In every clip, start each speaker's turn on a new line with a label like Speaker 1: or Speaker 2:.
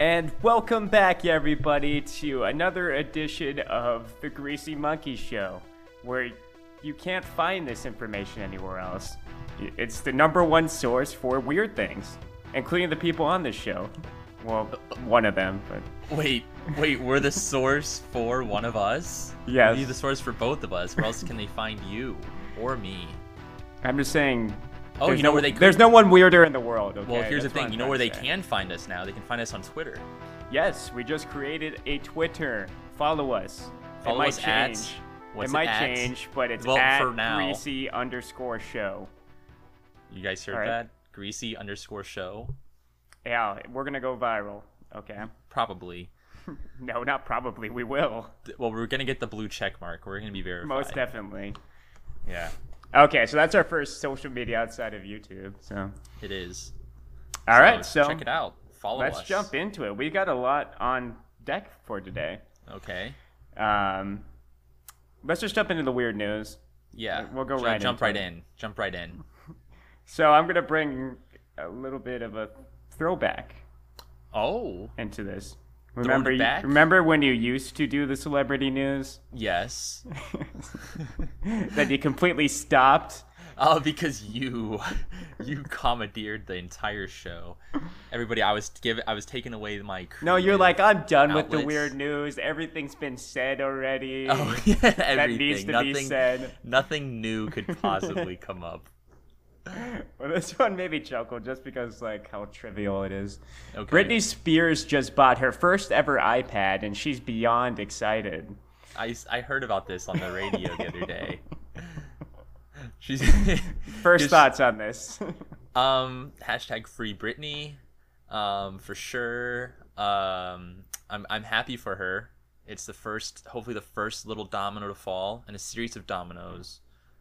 Speaker 1: And welcome back, everybody, to another edition of The Greasy Monkey Show, where you can't find this information anywhere else. It's the number one source for weird things, including the people on this show. Well, one of them, but
Speaker 2: Wait, wait, we're the source for one of us?
Speaker 1: Yes.
Speaker 2: You're the source for both of us. Where else can they find you or me?
Speaker 1: I'm just saying.
Speaker 2: Oh,
Speaker 1: there's
Speaker 2: you know
Speaker 1: no-
Speaker 2: where they could-
Speaker 1: There's no one weirder in the world. Okay?
Speaker 2: Well, here's the
Speaker 1: That's what
Speaker 2: thing.
Speaker 1: I'm
Speaker 2: You know
Speaker 1: trying
Speaker 2: where
Speaker 1: to
Speaker 2: they
Speaker 1: say.
Speaker 2: can find us now? They can find us on Twitter.
Speaker 1: Yes, we just created a Twitter. Follow us. it
Speaker 2: Follow
Speaker 1: might
Speaker 2: us
Speaker 1: change.
Speaker 2: at-
Speaker 1: it
Speaker 2: what's it
Speaker 1: might
Speaker 2: at?
Speaker 1: change, but it's
Speaker 2: Well,
Speaker 1: at
Speaker 2: for now.
Speaker 1: greasy underscore show.
Speaker 2: You guys heard
Speaker 1: All right.
Speaker 2: that? Greasy underscore show?
Speaker 1: Yeah, we're gonna go viral. Okay.
Speaker 2: Probably.
Speaker 1: No, not probably. We will.
Speaker 2: Th- Well, we're going to get the blue check mark. We're going to be verified.
Speaker 1: Most definitely.
Speaker 2: Yeah,
Speaker 1: Okay, so that's our first social media outside of YouTube. So,
Speaker 2: it is.
Speaker 1: all right, so,
Speaker 2: check it out. Follow
Speaker 1: let's
Speaker 2: us.
Speaker 1: jump into it. We got a lot on deck for today.
Speaker 2: Okay.
Speaker 1: Um, let's just jump into the weird news.
Speaker 2: Yeah.
Speaker 1: We'll go
Speaker 2: Ju-
Speaker 1: right
Speaker 2: Jump
Speaker 1: into
Speaker 2: right
Speaker 1: it.
Speaker 2: in. Jump right in.
Speaker 1: So I'm gonna bring a little bit of a throwback
Speaker 2: Oh,
Speaker 1: into this. Remember,
Speaker 2: it
Speaker 1: you-
Speaker 2: back?
Speaker 1: remember when you used to do the celebrity news?
Speaker 2: yes.
Speaker 1: that you completely stopped.
Speaker 2: Oh, because you, you commandeered the entire show. Everybody, I was giving, I was taking away my.
Speaker 1: No, you're
Speaker 2: creative-
Speaker 1: like, I'm done with the
Speaker 2: Outlets.
Speaker 1: weird news. Everything's been said already.
Speaker 2: Oh yeah, everything.
Speaker 1: that needs to
Speaker 2: nothing,
Speaker 1: be said.
Speaker 2: Nothing new could possibly come up.
Speaker 1: Well, this one made me chuckle just because like how trivial it is.
Speaker 2: Okay.
Speaker 1: Britney Spears just bought her first ever iPad, and she's beyond excited.
Speaker 2: I, s- I heard about this on the radio the other day. She's
Speaker 1: First
Speaker 2: just,
Speaker 1: thoughts on this?
Speaker 2: Um, hashtag free Britney. Um, for sure. Um, I'm I'm happy for her. It's the first, hopefully the first little domino to fall, and a series of dominoes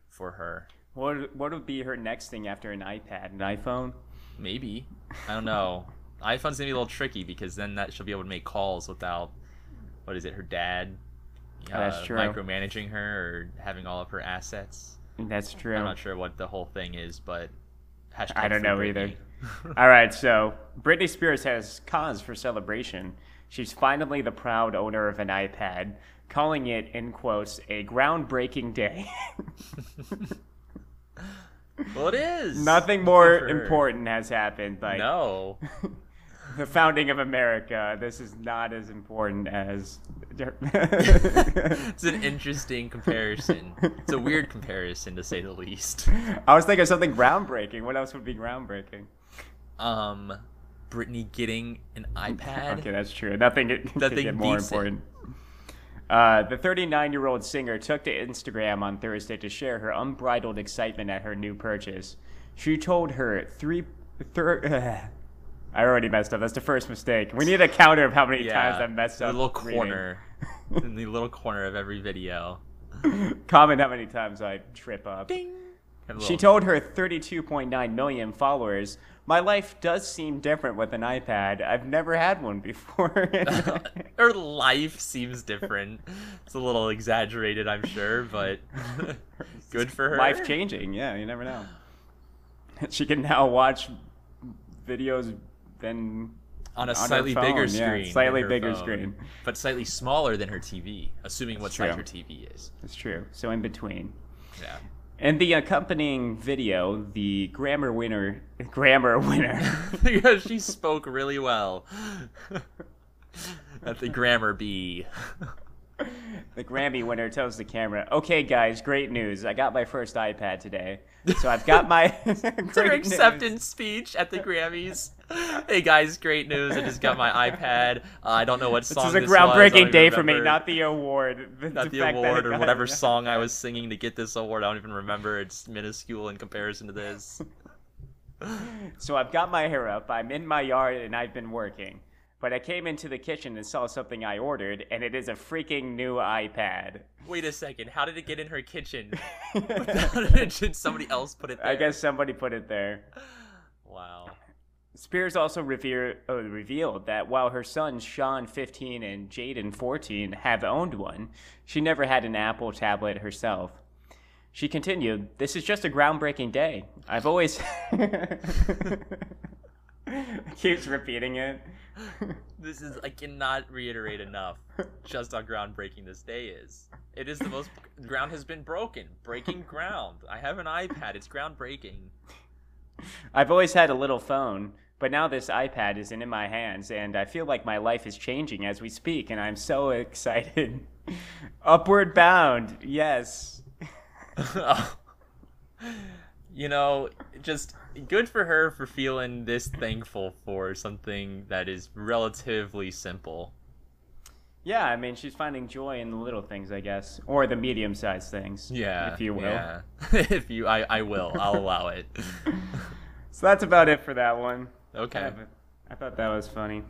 Speaker 2: for her.
Speaker 1: what What would be her next thing after an iPad? An iPhone?
Speaker 2: Maybe. I don't know. iPhone's gonna be a little tricky because then that she'll be able to make calls without what is it, her dad uh,
Speaker 1: Oh, That's true.
Speaker 2: micromanaging her or having all of her assets.
Speaker 1: That's true.
Speaker 2: I'm not sure what the whole thing is, but hashtag
Speaker 1: I don't
Speaker 2: free
Speaker 1: know
Speaker 2: Britney.
Speaker 1: All right, so Britney Spears has cause for celebration. She's finally the proud owner of an iPad, calling it, in quotes, a groundbreaking day.
Speaker 2: Well it is.
Speaker 1: Nothing
Speaker 2: for
Speaker 1: more
Speaker 2: her.
Speaker 1: important has happened. Like
Speaker 2: No.
Speaker 1: the founding of America, this is not as important as.
Speaker 2: It's an interesting comparison. It's a weird comparison to say the least.
Speaker 1: I was thinking of something groundbreaking. What else would be groundbreaking?
Speaker 2: Um Britney getting an iPad.
Speaker 1: Okay, that's true. Nothing it could
Speaker 2: Nothing
Speaker 1: get more
Speaker 2: beats it.
Speaker 1: important. Uh, the 39-year-old singer took to Instagram on Thursday to share her unbridled excitement at her new purchase. She told her three, thir- I already messed up. That's the first mistake. We need a counter of how many times I messed
Speaker 2: the
Speaker 1: up.
Speaker 2: little
Speaker 1: reading.
Speaker 2: corner. in the little corner of every video.
Speaker 1: Comment how many times I trip up.
Speaker 2: Have a
Speaker 1: She
Speaker 2: little-
Speaker 1: told her 32.9 million followers, "My life does seem different with an iPad. I've never had one before."
Speaker 2: her life seems different. It's a little exaggerated, I'm sure, but good for her.
Speaker 1: life changing. Yeah, you never know. She can now watch videos then
Speaker 2: on a
Speaker 1: her
Speaker 2: slightly
Speaker 1: phone,
Speaker 2: bigger
Speaker 1: yeah,
Speaker 2: screen.
Speaker 1: slightly
Speaker 2: than her
Speaker 1: bigger
Speaker 2: phone,
Speaker 1: screen.
Speaker 2: but slightly smaller than her TV, assuming what size
Speaker 1: true.
Speaker 2: her TV is.
Speaker 1: It's true. So in between.
Speaker 2: Yeah.
Speaker 1: In the accompanying video, the grammar winner, grammar winner,
Speaker 2: because she spoke really well at the grammar bee.
Speaker 1: the Grammy winner tells the camera, "Okay, guys, great news! I got my first iPad today, so I've got my
Speaker 2: Her
Speaker 1: great news."
Speaker 2: acceptance speech at the Grammys. Hey guys, great news! I just got my iPad. Uh, I don't know what
Speaker 1: This
Speaker 2: song
Speaker 1: is
Speaker 2: this,
Speaker 1: a
Speaker 2: was. I don't
Speaker 1: groundbreaking
Speaker 2: even
Speaker 1: day for me.
Speaker 2: remember.
Speaker 1: Not the award, the,
Speaker 2: not the
Speaker 1: fact that I
Speaker 2: award or
Speaker 1: got
Speaker 2: whatever
Speaker 1: it.
Speaker 2: song I was singing to get this award. I don't even remember. It's minuscule in comparison to this.
Speaker 1: So I've got my hair up, I'm in my yard, and I've been working. But I came into the kitchen and saw something I ordered, and it is a freaking new iPad.
Speaker 2: Wait a second. How did it get in her kitchen? Did somebody else put it there?
Speaker 1: I guess somebody put it there.
Speaker 2: Wow.
Speaker 1: Spears also revere, uh, revealed that while her sons Sean, 15, and Jaden, 14, have owned one, she never had an Apple tablet herself. She continued, This is just a groundbreaking day. I've always. Keeps repeating it.
Speaker 2: This is I cannot reiterate enough just how groundbreaking this day is. It is the most ground has been broken. Breaking ground. I have an iPad. It's groundbreaking.
Speaker 1: I've always had a little phone, but now this iPad isn't in my hands, and I feel like my life is changing as we speak, and I'm so excited. Upward bound, yes.
Speaker 2: you know, just good for her for feeling this thankful for something that is relatively simple.
Speaker 1: Yeah, I mean, she's finding joy in the little things, I guess, or the medium sized things.
Speaker 2: Yeah.
Speaker 1: If you will.
Speaker 2: yeah. if you I, I will. I'll allow it.
Speaker 1: So that's about it for that one.
Speaker 2: Okay.
Speaker 1: I thought that was funny.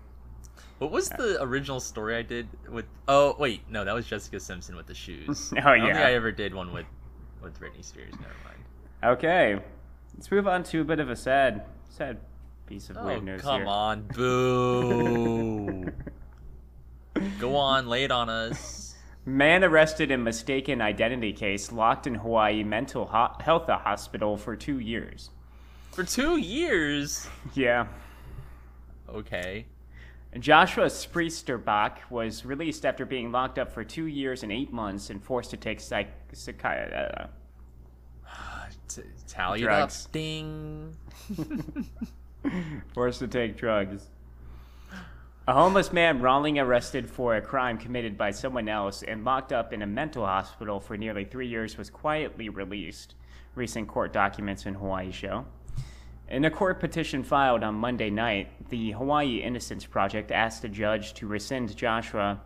Speaker 2: What was the original story I did with Oh, wait, no, that was Jessica Simpson with the shoes.
Speaker 1: Oh,
Speaker 2: I don't think
Speaker 1: yeah.
Speaker 2: I ever did one with with Britney Spears, never mind.
Speaker 1: Okay, let's move on to a bit of a sad, sad piece of
Speaker 2: Oh,
Speaker 1: weird news
Speaker 2: come
Speaker 1: here.
Speaker 2: on, boo. Go on, lay it on us.
Speaker 1: Man arrested in mistaken identity case locked in Hawaii mental ho- health hospital for two years.
Speaker 2: For two years.
Speaker 1: Yeah.
Speaker 2: Okay.
Speaker 1: Joshua Spreesterbach was released after being locked up for two years and eight months and forced to take psych- psychi- uh,
Speaker 2: Uh, T- tally it
Speaker 1: Drugs.
Speaker 2: up. Ding.
Speaker 1: forced to take drugs. A homeless man wrongly arrested for a crime committed by someone else and locked up in a mental hospital for nearly three years was quietly released, recent court documents in Hawaii show. In a court petition filed on Monday night, the Hawaii Innocence Project asked a judge to rescind Joshua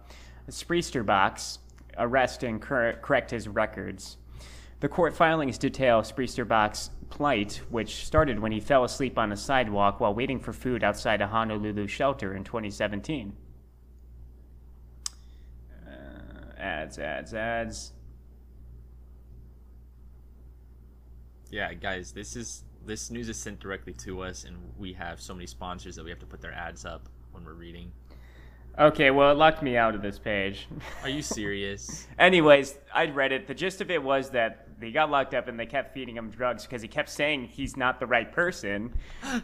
Speaker 1: Spreesterbach's arrest and cor- correct his records. The court filings detail Spreesterbach's plight, which started when he fell asleep on a sidewalk while waiting for food outside a Honolulu shelter in 2017. Uh, ads, ads, ads.
Speaker 2: Yeah, guys, this is this news is sent directly to us, and we have so many sponsors that we have to put their ads up when we're reading.
Speaker 1: Okay, well, it locked me out of this page.
Speaker 2: Are you serious?
Speaker 1: Anyways, I'd read it. The gist of it was that they got locked up and they kept feeding him drugs because he kept saying he's not the right person.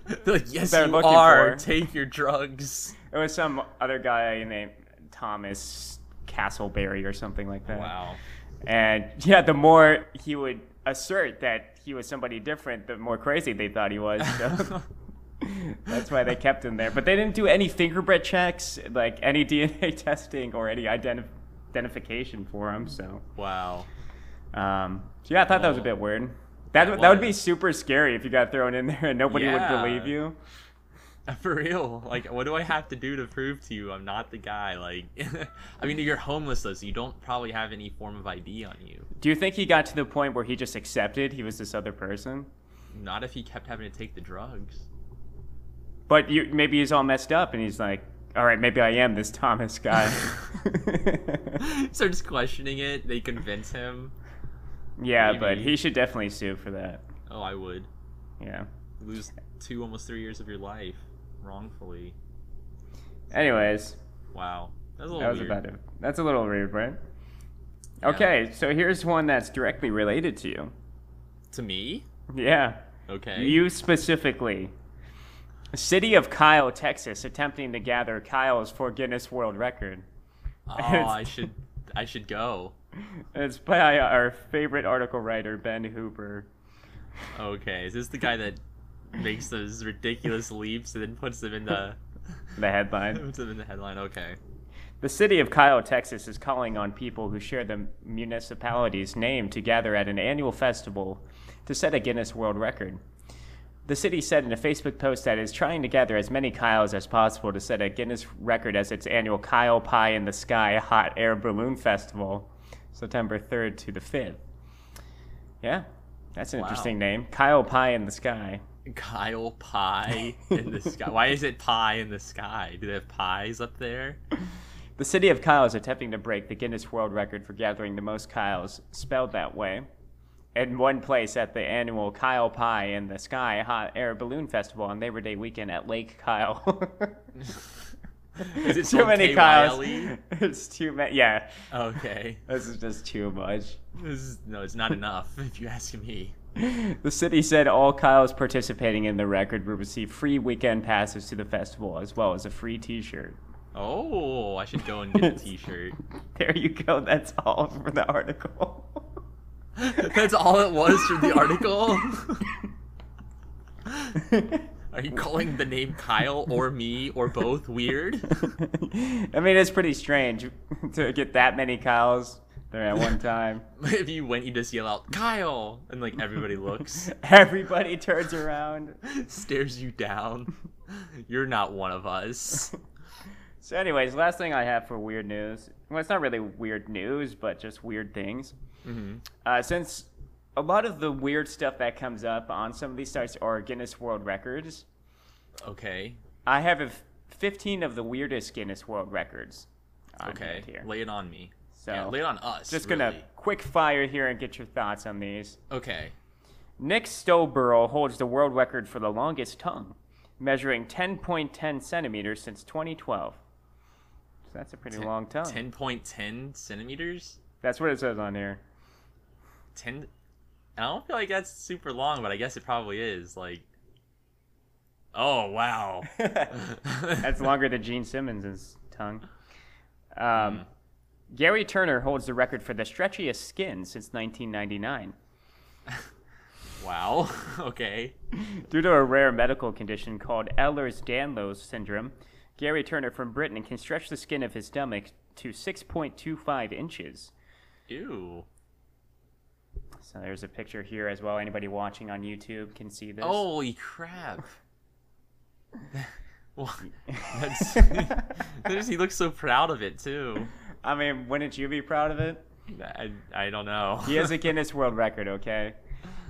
Speaker 2: They're like, yes,
Speaker 1: They're
Speaker 2: you
Speaker 1: looking
Speaker 2: are.
Speaker 1: for-
Speaker 2: Take your drugs.
Speaker 1: It was some other guy named Thomas Castleberry or something like that.
Speaker 2: Wow.
Speaker 1: And yeah, the more he would assert that he was somebody different, the more crazy they thought he was. So that's why they kept him there. But they didn't do any fingerprint checks, like any DNA testing or any identi- identification for him. So,
Speaker 2: Wow.
Speaker 1: um, so yeah, I thought that was a
Speaker 2: Well,
Speaker 1: bit weird. That, that would be
Speaker 2: was.
Speaker 1: super scary if you got thrown in there and nobody would
Speaker 2: Yeah.
Speaker 1: believe you.
Speaker 2: For real, like, what do I have to do to prove to you I'm not the guy? Like, I mean, you're homeless, though, so you don't probably have any form of ID on you.
Speaker 1: Do you think he got to the point where he just accepted he was this other person?
Speaker 2: Not if you kept having to take the drugs.
Speaker 1: But you, maybe he's all messed up and he's like, all right, maybe I am this Thomas guy.
Speaker 2: Starts questioning it. They convince him.
Speaker 1: yeah, but
Speaker 2: Maybe.
Speaker 1: he should definitely sue for that.
Speaker 2: Oh, I would.
Speaker 1: Yeah.
Speaker 2: lose two almost three years of your life wrongfully
Speaker 1: Anyways,
Speaker 2: wow that was a little
Speaker 1: that was
Speaker 2: weird
Speaker 1: about it. That's a little weird, right? Okay, so here's one that's directly related to you.
Speaker 2: to me
Speaker 1: Yeah.
Speaker 2: okay
Speaker 1: You specifically. City of Kyle, Texas, attempting to gather Kyle's for Guinness World Record.
Speaker 2: oh i should i should go
Speaker 1: It's by our favorite article writer, Ben Hooper.
Speaker 2: okay is this the guy that makes those ridiculous leaps and then puts them in the
Speaker 1: The headline.
Speaker 2: puts them in the headline okay
Speaker 1: The city of Kyle, Texas is calling on people who share the municipality's name to gather at an annual festival to set a Guinness World Record. The city said in a Facebook post that it is trying to gather as many Kyles as possible to set a Guinness record as its annual Kyle Pie in the Sky Hot Air Balloon Festival, September 3rd to the 5th. Yeah, that's an
Speaker 2: Wow.
Speaker 1: interesting name. Kyle Pie in the Sky.
Speaker 2: kyle pie in the sky why is it pie in the sky do they have pies up there
Speaker 1: The city of Kyle is attempting to break the Guinness World Record for gathering the most Kyles, spelled that way, in one place at the annual Kyle Pie in the Sky Hot Air Balloon Festival on Labor Day weekend at Lake Kyle.
Speaker 2: is it
Speaker 1: too
Speaker 2: spelled
Speaker 1: many
Speaker 2: K-Y-L-E?
Speaker 1: Kyles. It's too many. Yeah,
Speaker 2: E? okay
Speaker 1: this is just too much.
Speaker 2: this is, no it's not enough if you ask me
Speaker 1: The city said all Kyles participating in the record will receive free weekend passes to the festival as well as a free T-shirt.
Speaker 2: Oh, I should go and get a T-shirt.
Speaker 1: There you go. That's all for the article.
Speaker 2: That's all it was from the article. Are you calling the name Kyle or me or both weird?
Speaker 1: I mean, it's pretty strange to get that many Kyles there at one time.
Speaker 2: if you went, you just yell out Kyle, and like everybody looks,
Speaker 1: Everybody turns around.
Speaker 2: stares you down. You're not one of us.
Speaker 1: So, anyways, last thing I have for weird news. Well, it's not really weird news, but just weird things.
Speaker 2: Mm-hmm.
Speaker 1: Uh, since a lot of the weird stuff that comes up on some of these sites are Guinness World Records,
Speaker 2: Okay,
Speaker 1: I have a f- 15 of the weirdest Guinness World Records. on
Speaker 2: okay,
Speaker 1: hand Here.
Speaker 2: lay it on me.
Speaker 1: So,
Speaker 2: yeah, lay it on us.
Speaker 1: just gonna
Speaker 2: really.
Speaker 1: quick fire here and get your thoughts on these.
Speaker 2: Okay,
Speaker 1: Nick Stowborough holds the world record for the longest tongue, measuring 10.10 centimeters since 2012. So that's a pretty long tongue.
Speaker 2: ten point ten centimeters.
Speaker 1: That's what it says on here.
Speaker 2: Ten. I don't feel like that's super long, but I guess it probably is. Like, oh wow,
Speaker 1: That's longer than Gene Simmons' tongue.
Speaker 2: Mm.
Speaker 1: Um, Gary Turner holds the record for the stretchiest skin since 1999.
Speaker 2: wow. Okay.
Speaker 1: Due to a rare medical condition called Ehlers Danlos syndrome, Gary Turner from Britain can stretch the skin of his stomach to 6.25 inches.
Speaker 2: Ew.
Speaker 1: So there's a picture here as well. Anybody watching on YouTube can see this.
Speaker 2: Holy crap. Well, that's, there's- he looks so proud of it too.
Speaker 1: I mean, wouldn't you be proud of it?
Speaker 2: I, I don't know.
Speaker 1: He has a Guinness World Record, okay?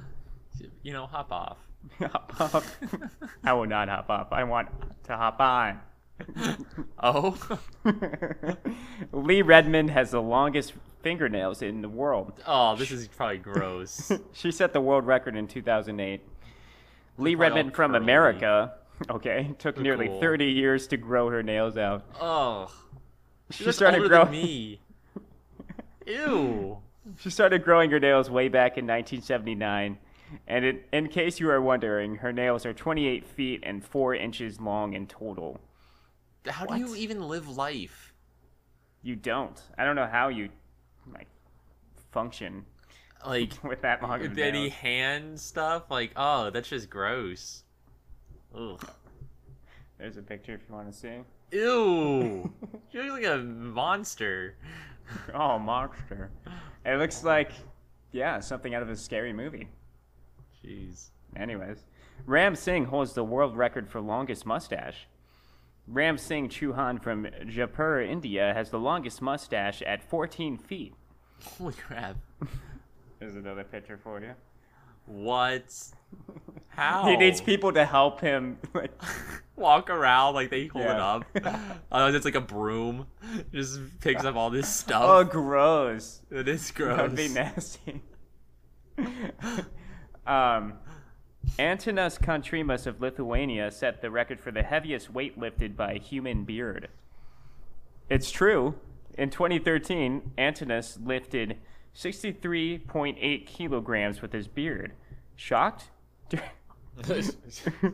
Speaker 2: you know, hop off.
Speaker 1: hop up. I will not hop up. I want to hop on.
Speaker 2: Oh,
Speaker 1: Lee Redmond has the longest fingernails in the world.
Speaker 2: oh, this is probably gross.
Speaker 1: She set the world record in 2008. Lee
Speaker 2: Probably all
Speaker 1: Redmond from
Speaker 2: curly.
Speaker 1: America, okay, took nearly
Speaker 2: cool.
Speaker 1: 30 years to grow her nails out.
Speaker 2: Oh,
Speaker 1: She
Speaker 2: looks
Speaker 1: started
Speaker 2: older
Speaker 1: growing.
Speaker 2: than me. Ew.
Speaker 1: She started growing her nails way back in 1979. And in, in case you are wondering, her nails are 28 feet and 4 inches long in total.
Speaker 2: How do you even live life?
Speaker 1: You don't. I don't know how you like function
Speaker 2: Like
Speaker 1: with that long of
Speaker 2: with any
Speaker 1: nails.
Speaker 2: hand stuff? Like, oh, that's just gross. Ugh.
Speaker 1: There's a picture if you want to see.
Speaker 2: Ew. you look like a monster.
Speaker 1: Oh, monster! It looks like yeah, something out of a scary movie.
Speaker 2: Jeez.
Speaker 1: Anyways, Ram Singh holds the world record for longest mustache. Ram Singh Chuhan from Jaipur, India, has the longest mustache at 14 feet.
Speaker 2: Holy crap.
Speaker 1: There's another picture for you.
Speaker 2: What? How?
Speaker 1: He needs people to help him. Like,
Speaker 2: Walk around like they hold
Speaker 1: Yeah.
Speaker 2: it up. Otherwise, it's like a broom. Just picks up all this
Speaker 1: oh,
Speaker 2: stuff.
Speaker 1: gross!
Speaker 2: it is gross.
Speaker 1: Oh, That would be nasty. um, Antanas Kontrimas of Lithuania set the record for the heaviest weight lifted by a human beard. It's true. In 2013, Antanas lifted 63.8 kilograms with his beard. Shocked?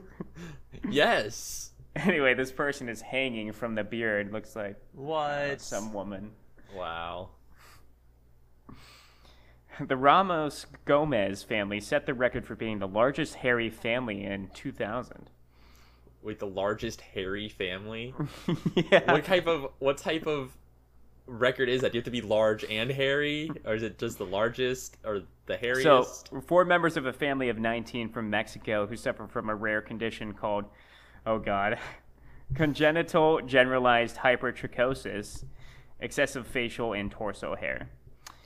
Speaker 2: yes.
Speaker 1: anyway, this person is hanging from the beard. Looks like
Speaker 2: What?
Speaker 1: some woman.
Speaker 2: Wow.
Speaker 1: The Ramos Gomez family set the record for being the largest hairy family in 2000.
Speaker 2: Wait, the largest hairy family.
Speaker 1: yeah.
Speaker 2: what type of what type of record is that? Do you have to be large and hairy, or is it just the largest or the hairiest?
Speaker 1: so, four members of a family of 19 from Mexico who suffer from a rare condition called, oh God, congenital generalized hypertrichosis, excessive facial and torso hair.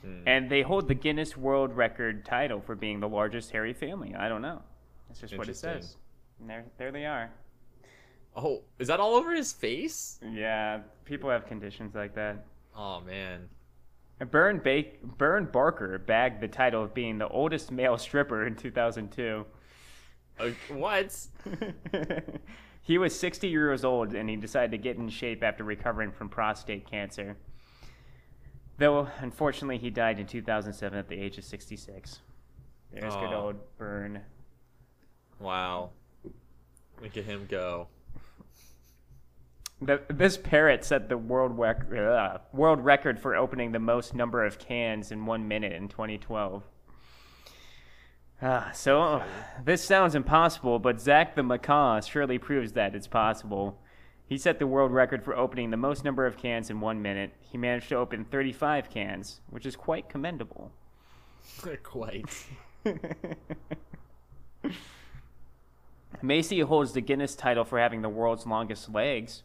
Speaker 2: Hmm.
Speaker 1: And they hold the Guinness World Record title for being the largest hairy family. I don't know. That's just what it
Speaker 2: Interesting.
Speaker 1: says. And there, there they are.
Speaker 2: oh, is that all over his face?
Speaker 1: Yeah, people have conditions like that.
Speaker 2: Oh man.
Speaker 1: Bern, ba- Bern Barker bagged the title of being the oldest male stripper in 2002.
Speaker 2: Uh, what?
Speaker 1: he was 60 years old and he decided to get in shape after recovering from prostate cancer. Though, unfortunately, he died in 2007 at the age of 66. There's good
Speaker 2: Aw.
Speaker 1: old Burn.
Speaker 2: Wow. Look at him go.
Speaker 1: The, this parrot set the world rec- uh, world record for opening the most number of cans in one minute in 2012. Ah, so uh, this sounds impossible, but Zach the Macaw surely proves that it's possible. He set the world record for opening the most number of cans in one minute. He managed to open 35 cans, which is quite commendable.
Speaker 2: Quite.
Speaker 1: Macy holds the Guinness title for having the world's longest legs.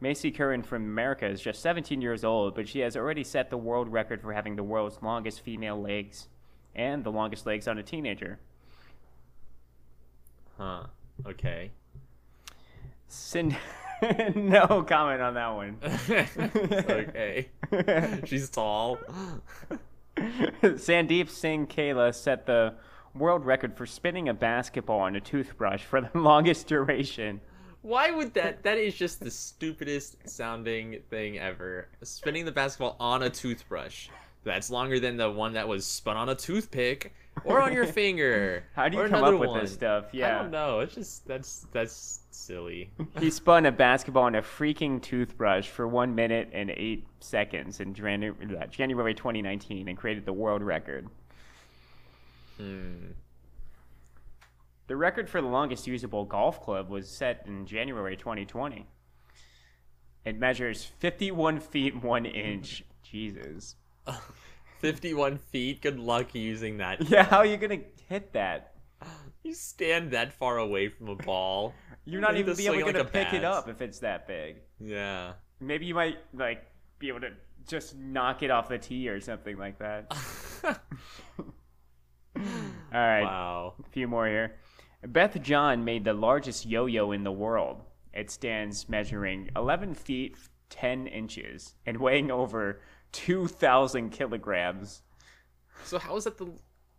Speaker 1: Macy Curran from America is just 17 years old, but she has already set the world record for having the world's longest female legs and the longest legs on a teenager.
Speaker 2: Huh. Okay.
Speaker 1: Sind- no comment on that one.
Speaker 2: okay. She's tall.
Speaker 1: Sandeep Singh Kayla set the world record for spinning a basketball on a toothbrush for the longest duration.
Speaker 2: Why would that? That is just the stupidest sounding thing ever. Spinning the basketball on a toothbrush. That's longer than the one that was spun on a toothpick or on your finger.
Speaker 1: How do you
Speaker 2: or
Speaker 1: come
Speaker 2: another
Speaker 1: up with
Speaker 2: one.
Speaker 1: this stuff? Yeah.
Speaker 2: I don't know. It's just that's that's silly.
Speaker 1: He spun a basketball on a freaking toothbrush for one minute and eight seconds in Janu- uh, January 2019 and created the world record.
Speaker 2: Hmm.
Speaker 1: The record for the longest usable golf club was set in January 2020. It measures 51 feet 1 inch. Jesus.
Speaker 2: 51 feet. Good luck using that.
Speaker 1: Yeah, how are you going to hit that?
Speaker 2: You stand that far away from a ball.
Speaker 1: You're not
Speaker 2: Maybe
Speaker 1: even
Speaker 2: the
Speaker 1: be able
Speaker 2: swing
Speaker 1: to
Speaker 2: like a
Speaker 1: pick it
Speaker 2: bat.
Speaker 1: up if it's that big.
Speaker 2: Yeah.
Speaker 1: Maybe you might like be able to just knock it off the tee or something like that. All right.
Speaker 2: wow.
Speaker 1: few more here. Beth John made the largest yo yo in the world. It stands measuring 11 feet 10 inches and weighing over 2,000 kilograms.
Speaker 2: So how is that the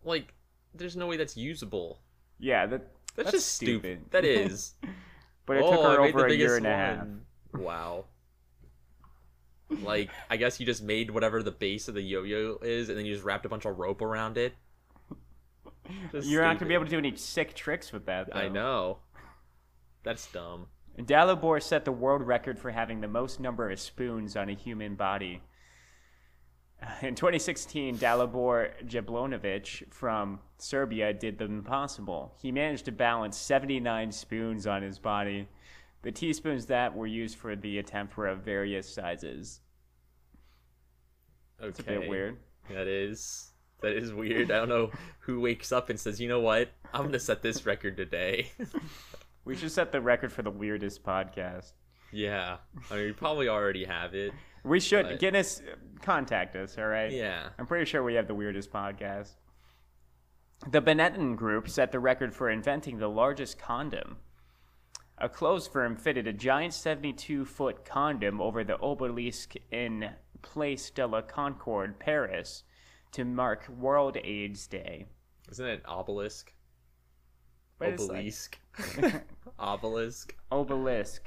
Speaker 2: like? There's no way that's usable.
Speaker 1: Yeah, that,
Speaker 2: That's, just stupid.
Speaker 1: stupid.
Speaker 2: That is.
Speaker 1: but it took her
Speaker 2: Oh, I made the
Speaker 1: over a year
Speaker 2: biggest
Speaker 1: and a half.
Speaker 2: one. Wow. Like I guess you just made whatever the base of the yo-yo is, and then you just wrapped a bunch of rope around it. Just
Speaker 1: You're not going to be
Speaker 2: stupid.
Speaker 1: able to do any sick tricks with that. Though.
Speaker 2: I know. That's dumb.
Speaker 1: Dalibor set the world record for having the most number of spoons on a human body. In 2016, Dalibor Jablonovic from Serbia did the impossible. He managed to balance 79 spoons on his body. The teaspoons that were used for the attempt were of various sizes.
Speaker 2: Okay.
Speaker 1: It's a bit weird.
Speaker 2: That is that is weird. I don't know who wakes up and says, you know what? I'm gonna set this record today.
Speaker 1: We should set the record for the weirdest podcast.
Speaker 2: yeah. I mean, we probably already have it.
Speaker 1: We should.
Speaker 2: Right.
Speaker 1: Guinness, contact us, all right?
Speaker 2: Yeah.
Speaker 1: I'm pretty sure we have the weirdest podcast. The Benetton Group set the record for inventing the largest condom. A clothes firm fitted a giant 72 foot condom over the obelisk in Place de la Concorde, Paris, to mark World AIDS Day.
Speaker 2: Isn't it obelisk?
Speaker 1: But it's like-
Speaker 2: obelisk. obelisk.
Speaker 1: Obelisk.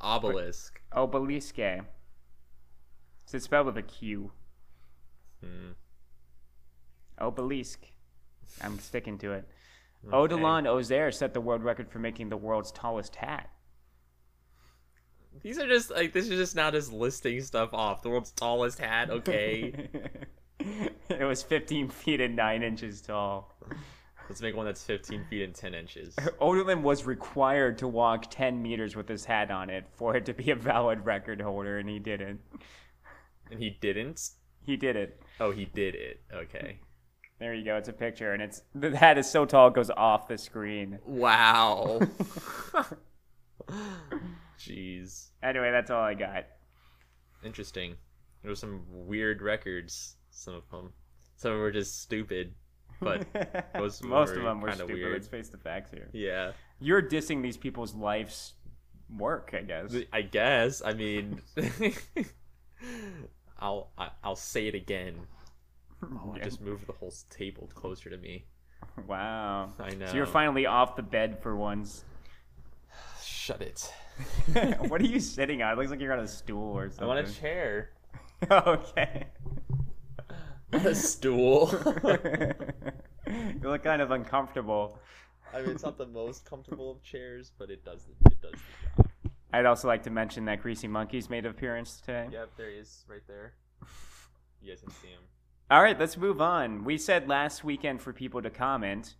Speaker 2: Obelisk.
Speaker 1: Obelisque. Is it spelled with a Q?
Speaker 2: Hmm.
Speaker 1: Obelisk. I'm sticking to it. Odilon Ozair set the world record for making the world's tallest hat.
Speaker 2: These are just like this is just not just listing stuff off. The world's tallest hat, okay.
Speaker 1: it was 15 feet and 9 inches tall.
Speaker 2: Let's make one that's fifteen feet and ten inches.
Speaker 1: Oh. Odilon was required to walk 10 meters with his hat on it for it to be a valid record holder, and he didn't.
Speaker 2: And he didn't?
Speaker 1: He did it.
Speaker 2: Oh he did it. Okay.
Speaker 1: There you go. It's a picture, and it's the hat is so tall it goes off the screen.
Speaker 2: Wow. Jeez.
Speaker 1: Anyway, that's all I got.
Speaker 2: Interesting. There were some weird records, some of them. Some were just stupid. But Most of 'em
Speaker 1: most of
Speaker 2: were
Speaker 1: them were
Speaker 2: kinda
Speaker 1: stupid.
Speaker 2: weird.
Speaker 1: Let's face the facts here.
Speaker 2: yeah.
Speaker 1: You're dissing these people's life's work, I guess.
Speaker 2: I guess. I mean I'll I, I'll say it again. I'll
Speaker 1: Yeah.
Speaker 2: Oh, just move the whole table closer to me.
Speaker 1: Wow.
Speaker 2: I know.
Speaker 1: So you're finally off the bed for once.
Speaker 2: Shut it.
Speaker 1: what are you sitting on? It looks like you're on a stool or
Speaker 2: I
Speaker 1: something.
Speaker 2: want a chair.
Speaker 1: okay.
Speaker 2: a stool.
Speaker 1: you look kind of uncomfortable.
Speaker 2: I mean, it's not the most comfortable of chairs, but it does the, it does the job.
Speaker 1: I'd also like to mention that Greasy Monkeys made an appearance today.
Speaker 2: Yep, there he is, right there. You guys can see him.
Speaker 1: All right, let's move on. We said last weekend for people to comment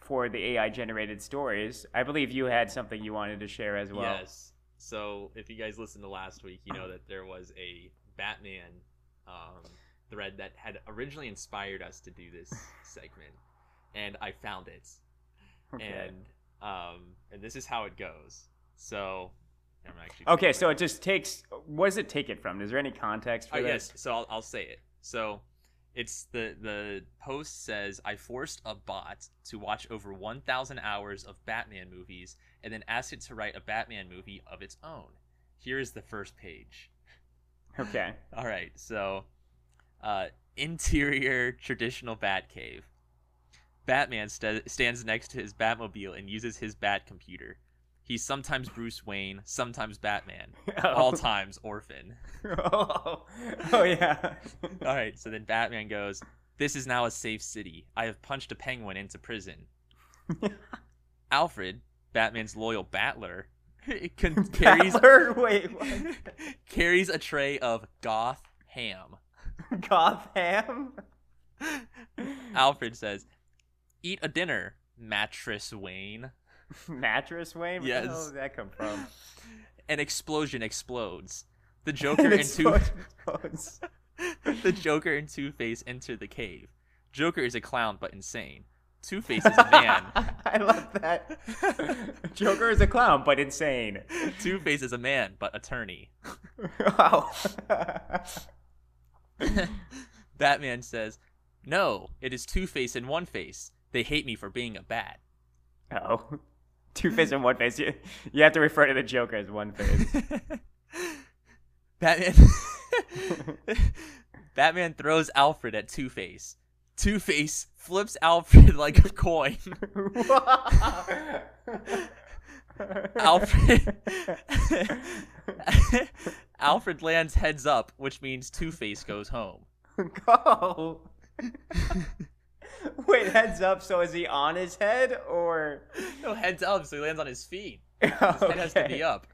Speaker 1: for the AI generated stories. I believe you had something you wanted to share as well.
Speaker 2: Yes. So if you guys listened to last week, you know that there was a Batman um, thread that had originally inspired us to do this segment, and I found it,
Speaker 1: Okay.
Speaker 2: and um, and this is how it goes. So I'm actually
Speaker 1: Okay, so it just takes. What does it take it from? Is there any context for
Speaker 2: I
Speaker 1: this?
Speaker 2: guess Oh, so. I'll, I'll say it. So it's the the post says I forced a bot to watch over 1,000 hours of Batman movies and then asked it to write a Batman movie of its own. Here is the first page.
Speaker 1: Okay.
Speaker 2: All right, so uh, interior traditional Batcave. Batman st- stands next to his Batmobile and uses his Bat computer. He's sometimes Bruce Wayne, sometimes Batman, all times orphan.
Speaker 1: oh, yeah.
Speaker 2: All right, so then Batman goes, "This is now a safe city. I have punched a penguin into prison." Alfred, Batman's loyal battler, con- carries
Speaker 1: Battler? Wait, what?
Speaker 2: carries a tray of goth ham.
Speaker 1: Gotham?
Speaker 2: Alfred says, "Eat a dinner, mattress Wayne."
Speaker 1: Mattress Wayne? Where the hell
Speaker 2: Yes.
Speaker 1: did that come from?
Speaker 2: An explosion explodes. The Joker and
Speaker 1: It's so
Speaker 2: Two
Speaker 1: close.
Speaker 2: the Joker and Two Face enter the cave. Joker is a clown but insane. Two Face is a man.
Speaker 1: I love that. Joker is a clown, but insane.
Speaker 2: Two Face is a man, but attorney.
Speaker 1: Wow.
Speaker 2: Batman says, No, it is Two Face and One Face. They hate me for being a bat.
Speaker 1: oh. Two face and one face. You, you have to refer to the Joker as one face.
Speaker 2: Batman Batman throws Alfred at Two Face. Two Face flips Alfred like a coin. Alfred Alfred lands heads up, which means Two Face goes home.
Speaker 1: Go. Wait, heads up. So is he on his head or?
Speaker 2: No heads up, so he lands on his feet.
Speaker 1: His
Speaker 2: Head has to be up.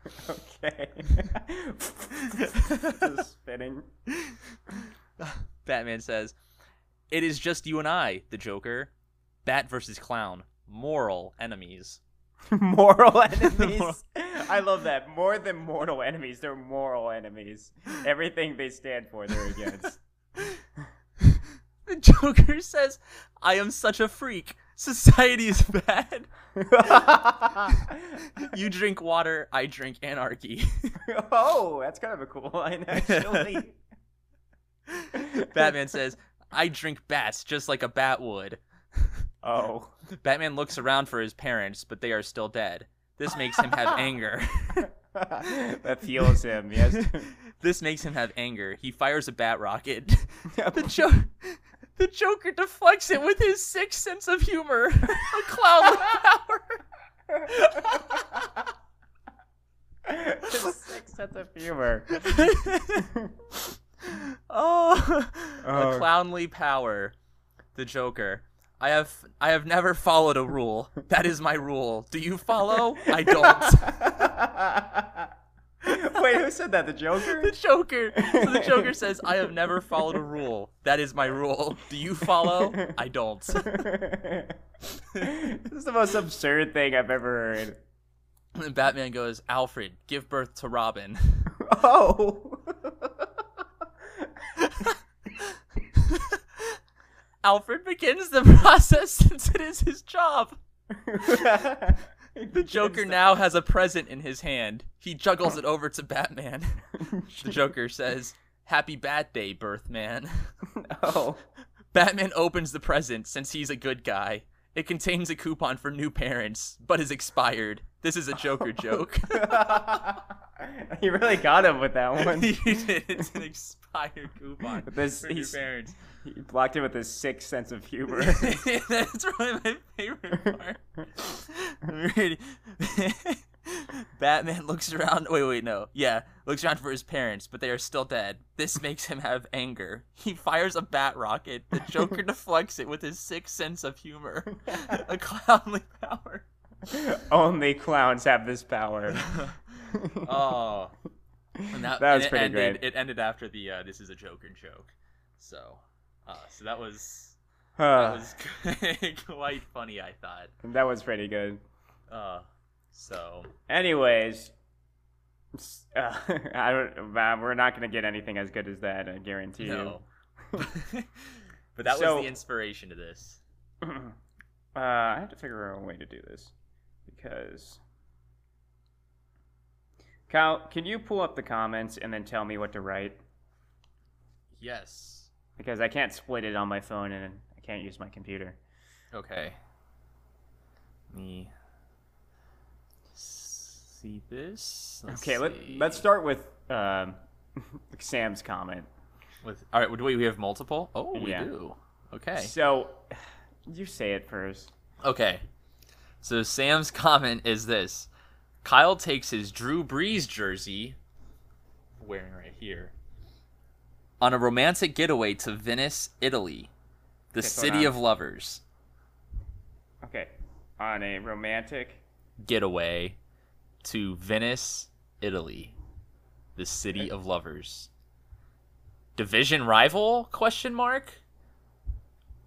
Speaker 1: Okay. Just spinning.
Speaker 2: Batman says, "It is just you and I, the Joker. Bat versus clown, moral enemies."
Speaker 1: Moral enemies. I love that. More than mortal enemies, they're moral enemies. Everything they stand for, they're against.
Speaker 2: The Joker says, "I am such a freak. Society is bad. You drink water, I drink anarchy."
Speaker 1: oh, that's kind of a cool line, actually.
Speaker 2: Batman says, "I drink bats just like a bat would."
Speaker 1: Oh.
Speaker 2: Batman looks around for his parents, but they are still dead. This makes him have anger.
Speaker 1: that fuels him, yes.
Speaker 2: This makes him have anger. He fires a bat rocket. The, jo- the Joker deflects it with his sick sense of humor. A clown with power.
Speaker 1: His sick sense of humor.
Speaker 2: oh.
Speaker 1: Oh.
Speaker 2: A clownly power. The Joker. I have I have never followed a rule. That is my rule. Do you follow? I don't.
Speaker 1: Wait, who said that? The Joker?
Speaker 2: The Joker. So the Joker says, "I have never followed a rule. That is my rule. Do you follow? I don't."
Speaker 1: this is the most absurd thing I've ever heard.
Speaker 2: And Batman goes, "Alfred, give birth to Robin."
Speaker 1: Oh.
Speaker 2: Alfred begins the process since it is his job. The Joker now has a present in his hand. He juggles it over to Batman. The Joker says, Happy Bat Day, Birthman.
Speaker 1: Oh.
Speaker 2: Batman opens the present since he's a good guy. It contains a coupon for new parents, but is expired. This is a Joker joke.
Speaker 1: you really got him with that one.
Speaker 2: You did- it's an expired coupon
Speaker 1: This-
Speaker 2: for new
Speaker 1: he's-
Speaker 2: parents.
Speaker 1: He blocked it with his sick sense of humor.
Speaker 2: That's probably my favorite part. Really.
Speaker 3: Batman looks around. Wait, wait, no. Yeah, looks around for his parents, but they are still dead. This makes him have anger. He fires a bat rocket. The Joker deflects it with his sixth sense of humor, a clownly power.
Speaker 1: Only clowns have this power.
Speaker 2: Oh, and
Speaker 1: That
Speaker 2: and
Speaker 1: was
Speaker 2: it
Speaker 1: pretty
Speaker 2: ended,
Speaker 1: great.
Speaker 2: It ended after the uh, "This is a Joker" joke, so uh, so that was that
Speaker 1: Huh,
Speaker 2: was quite funny. I thought.
Speaker 1: that was pretty good.
Speaker 2: Uh, so
Speaker 1: Anyways, s- uh, I don't. uh, We're not gonna get anything as good as that. I guarantee
Speaker 2: no, but that
Speaker 1: So-
Speaker 2: was the inspiration to this.
Speaker 1: you. uh, I have to figure out a way to do this because. Kyle, can you pull up the comments and then tell me what to write?
Speaker 2: Yes.
Speaker 1: Because I can't split it on my phone and I can't use my computer.
Speaker 2: Okay. Let Me see this. Let's
Speaker 1: okay, let,
Speaker 2: see.
Speaker 1: let's start with um, Sam's comment.
Speaker 2: with. All right. Do we, we have multiple? Oh, we
Speaker 1: Yeah.
Speaker 2: do. Okay.
Speaker 1: So, you say it first.
Speaker 2: Okay. So Sam's comment is this: Kyle takes his Drew Brees jersey, wearing right here, on a romantic getaway to Venice, Italy, the
Speaker 1: Okay, hold
Speaker 2: city
Speaker 1: on.
Speaker 2: of lovers.
Speaker 1: Okay, on a romantic
Speaker 2: Getaway to Venice, Italy, the city of lovers. Division rival? Question mark.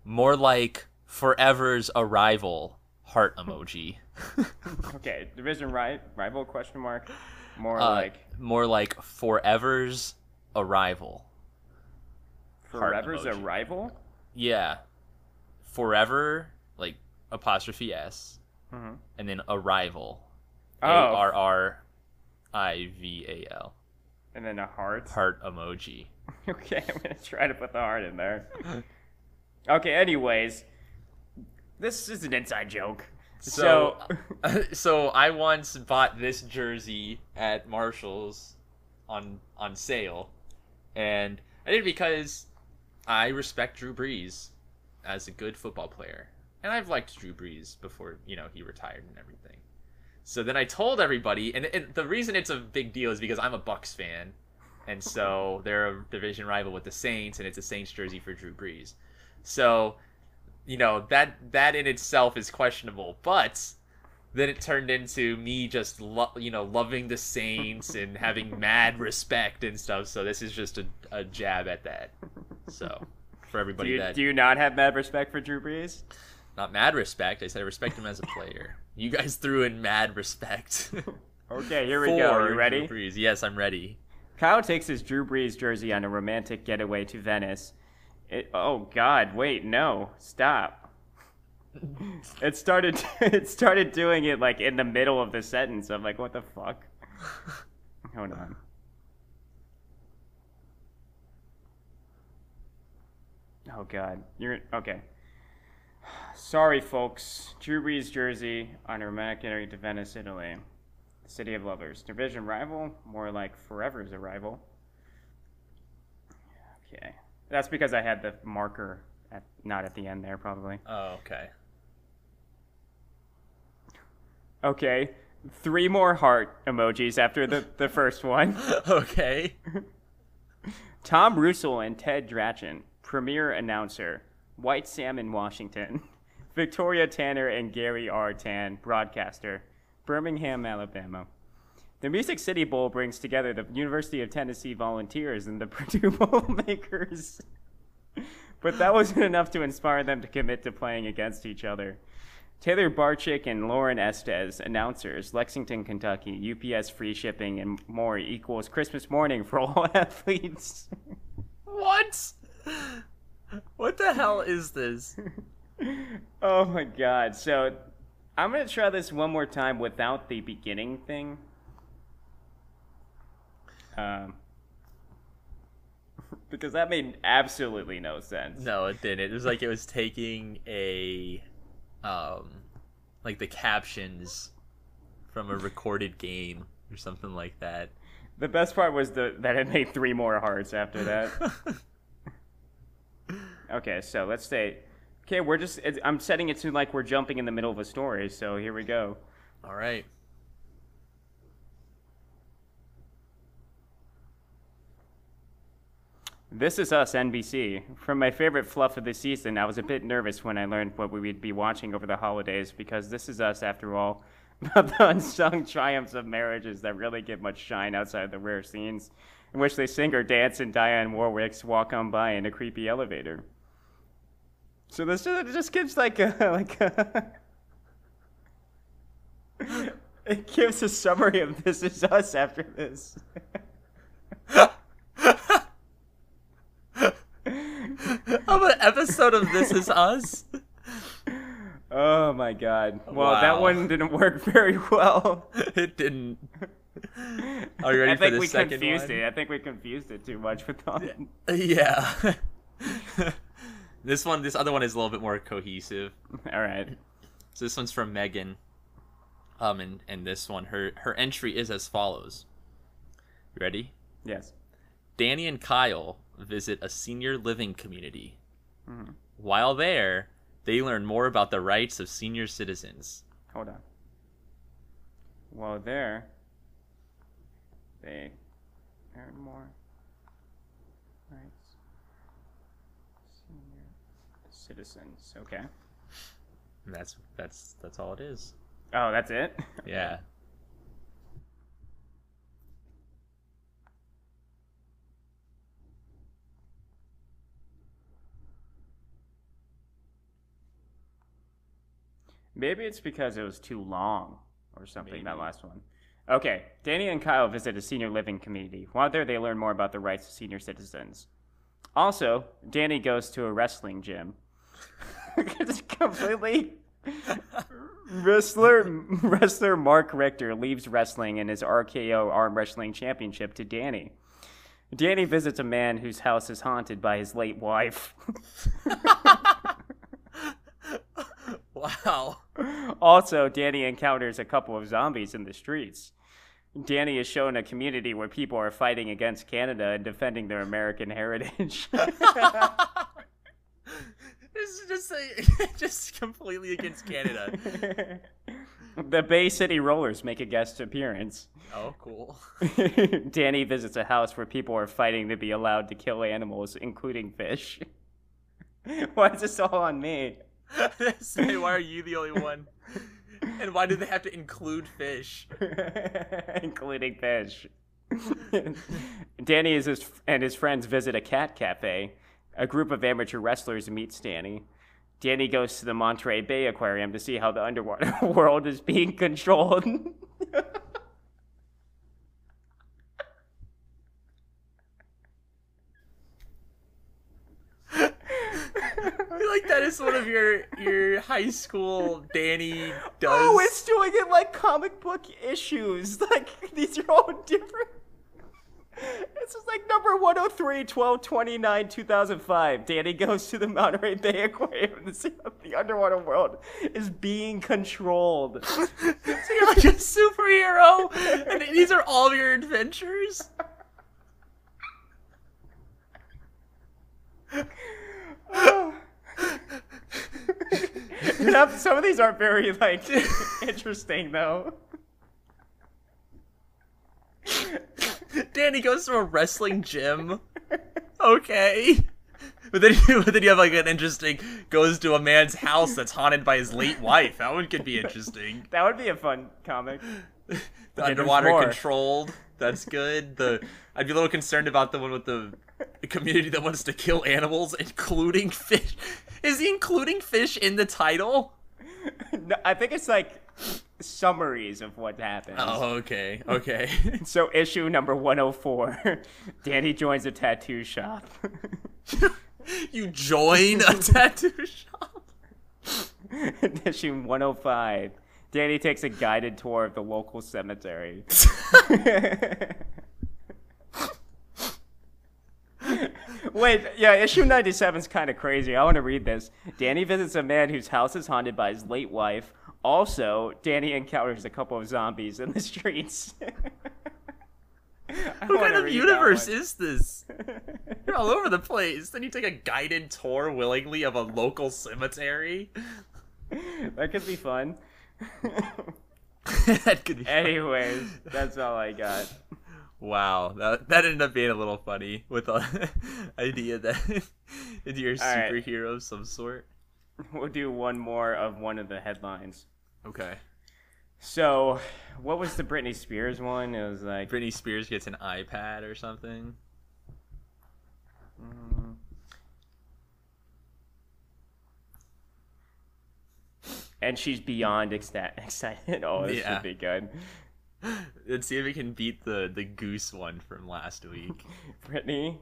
Speaker 2: More like forever's arrival. Heart emoji.
Speaker 1: Okay, division right rival question mark. More
Speaker 2: Uh,
Speaker 1: like
Speaker 2: more like forever's arrival. heart
Speaker 1: forever's a
Speaker 2: emoji.
Speaker 1: rival.
Speaker 2: Yeah, forever like apostrophe s,
Speaker 1: Mhm.
Speaker 2: and then arrival.
Speaker 1: Oh.
Speaker 2: Mm-hmm. A R R I V A L.
Speaker 1: And then a heart.
Speaker 2: Heart emoji.
Speaker 1: Okay, I'm gonna try to put the heart in there. okay, anyways, this is an inside joke. So,
Speaker 2: So, so I once bought this jersey at Marshalls on on sale, and I did it because I respect Drew Brees as a good football player, and I've liked Drew Brees before you know he retired and everything. So then I told everybody, and it, the reason it's a big deal is because I'm a Bucks fan, and so they're a division rival with the Saints, and it's a Saints jersey for Drew Brees. So you know that that in itself is questionable but then it turned into me just lo- you know loving the saints and having mad respect and stuff so this is just a, a jab at that so for
Speaker 1: do
Speaker 2: everybody
Speaker 1: you,
Speaker 2: that
Speaker 1: do you not have mad respect for Drew Brees?
Speaker 2: not mad respect i said i respect him as a player you guys threw in mad respect
Speaker 1: Okay, here we go. Are you ready?
Speaker 2: Breeze. yes i'm ready
Speaker 1: Kyle takes his Drew Brees jersey on a romantic getaway to Venice. It, oh God! Wait, no, stop. It started. It started doing it like in the middle of the sentence. I'm like, what the fuck? Hold on. Oh God, you're okay. Sorry, folks. Drew Brees jersey on a romantic getaway to Venice, Italy. City of Lovers. Division rival, more like Forever's a rival. Okay. That's because I had the marker at, not at the end there, probably.
Speaker 2: oh okay
Speaker 1: Okay. Three more heart emojis after the, the first one.
Speaker 2: okay
Speaker 1: Tom Russell and Ted Drachin, premier announcer. White Sam in Washington. Victoria Tanner and Gary R. Tan, broadcaster. Birmingham, Alabama. The Music City Bowl brings together the University of Tennessee Volunteers and the Purdue Boilermakers. but that wasn't enough to inspire them to commit to playing against each other. Taylor Barchick and Lauren Estes, announcers, Lexington, Kentucky, UPS free shipping and more equals Christmas morning for all athletes.
Speaker 2: what what the hell is this
Speaker 1: oh my god. So I'm going to try this one more time without the beginning thing. Um, because that made absolutely no sense.
Speaker 2: No, it didn't. It was like it was taking a, um, like the captions from a recorded game or something like that.
Speaker 1: The best part was the that it made three more hearts after that. okay, so let's say, okay, we're just it's, I'm setting it to like we're jumping in the middle of a story. So here we go.
Speaker 2: All right.
Speaker 1: This is Us NBC. From my favorite fluff of the season, I was a bit nervous when I learned what we would be watching over the holidays because This Is Us, after all, about the unsung triumphs of marriages that really get much shine outside the rare scenes in which they sing or dance in Diane Warwick's Walk On By in a creepy elevator. So this just, it just gives like a, like a it gives a summary of This Is Us after this.
Speaker 2: Of an episode of This Is Us?
Speaker 1: Oh my god. Well, that
Speaker 4: Wow.
Speaker 1: one didn't work very well.
Speaker 4: it didn't. Are you ready
Speaker 1: I think
Speaker 4: for the
Speaker 1: we
Speaker 4: second
Speaker 1: confused
Speaker 4: one?
Speaker 1: it. I think we confused it too much with all.
Speaker 4: Yeah. this one, this other one is a little bit more cohesive.
Speaker 1: All right.
Speaker 4: So this one's from Megan. Um, and, and this one, her her entry is as follows. You ready?
Speaker 1: Yes.
Speaker 4: Danny and Kyle visit a senior living community.
Speaker 1: Mm-hmm.
Speaker 4: While there, they learn more about the rights of senior citizens.
Speaker 1: Hold on. Well, there. They. There are more. Rights. Senior citizens. Okay.
Speaker 4: And that's that's that's all it is.
Speaker 1: Oh, that's it?
Speaker 4: Yeah.
Speaker 1: Maybe it's because it was too long or something, that last one. Okay. Danny and Kyle visit a senior living community. While there, they learn more about the rights of senior citizens. Also, Danny goes to a wrestling gym. Just completely. Wrestler wrestler Mark Richter leaves wrestling in his RKO arm wrestling championship to Danny. Danny visits a man whose house is haunted by his late wife.
Speaker 2: Wow.
Speaker 1: Also, Danny encounters a couple of zombies in the streets. Danny is shown a community where people are fighting against Canada and defending their American heritage.
Speaker 2: This is just just completely against Canada.
Speaker 1: the Bay City Rollers make a guest appearance.
Speaker 2: Oh, cool.
Speaker 1: Danny visits a house where people are fighting to be allowed to kill animals, including fish. Why is this all on me?
Speaker 2: Say, why are you the only one? And why do they have to include fish?
Speaker 1: including fish. Danny is his, and his friends visit a cat cafe. A group of amateur wrestlers meets Danny. Danny goes to the Monterey Bay Aquarium to see how the underwater world is being controlled.
Speaker 2: I feel like that is one of your your high school Danny does.
Speaker 1: oh, it's doing it like comic book issues. Like, these are all different. This is like number 103, 1229, 2005. Danny goes to the Monterey Bay Aquarium to see how the underwater world is being controlled.
Speaker 2: So you're like a superhero, and these are all of your adventures.
Speaker 1: Some- Some of these aren't very like interesting though.
Speaker 2: Danny goes to a wrestling gym. Okay. But then, you, but then you have like an interesting goes to a man's house that's haunted by his late wife. That one could be interesting.
Speaker 1: That would be a fun comic.
Speaker 2: The
Speaker 4: there's
Speaker 2: underwater
Speaker 1: more.
Speaker 2: controlled. That's good. The I'd be a little concerned about the one with the community that wants to kill animals, including fish. Is he including fish in the title?
Speaker 1: No, I think it's like summaries of what happens.
Speaker 2: Oh, okay, okay.
Speaker 1: So issue number 104. Danny joins a tattoo shop.
Speaker 2: you join a tattoo shop.
Speaker 1: issue 105. Danny takes a guided tour of the local cemetery. Wait, yeah, issue 97 is kind of crazy. I want to read this. Danny visits a man whose house is haunted by his late wife. Also, Danny encounters a couple of zombies in the streets.
Speaker 2: What kind of universe is this? You're all over the place. Then you take a guided tour willingly of a local cemetery.
Speaker 1: That could be fun.
Speaker 2: that could be.
Speaker 1: Anyways, that's all I got.
Speaker 2: Wow, that, that ended up being a little funny with the idea that you're a
Speaker 1: All right.
Speaker 2: superhero of some sort.
Speaker 1: We'll do one more of one of the headlines.
Speaker 2: Okay.
Speaker 1: So, what was the Britney Spears one? It was like
Speaker 2: Britney Spears gets an iPad or something.
Speaker 1: Mm. And she's beyond exta- excited. Oh, this
Speaker 2: Yeah.
Speaker 1: should be good.
Speaker 2: Let's see if we can beat the the goose one from last week.
Speaker 1: Brittany.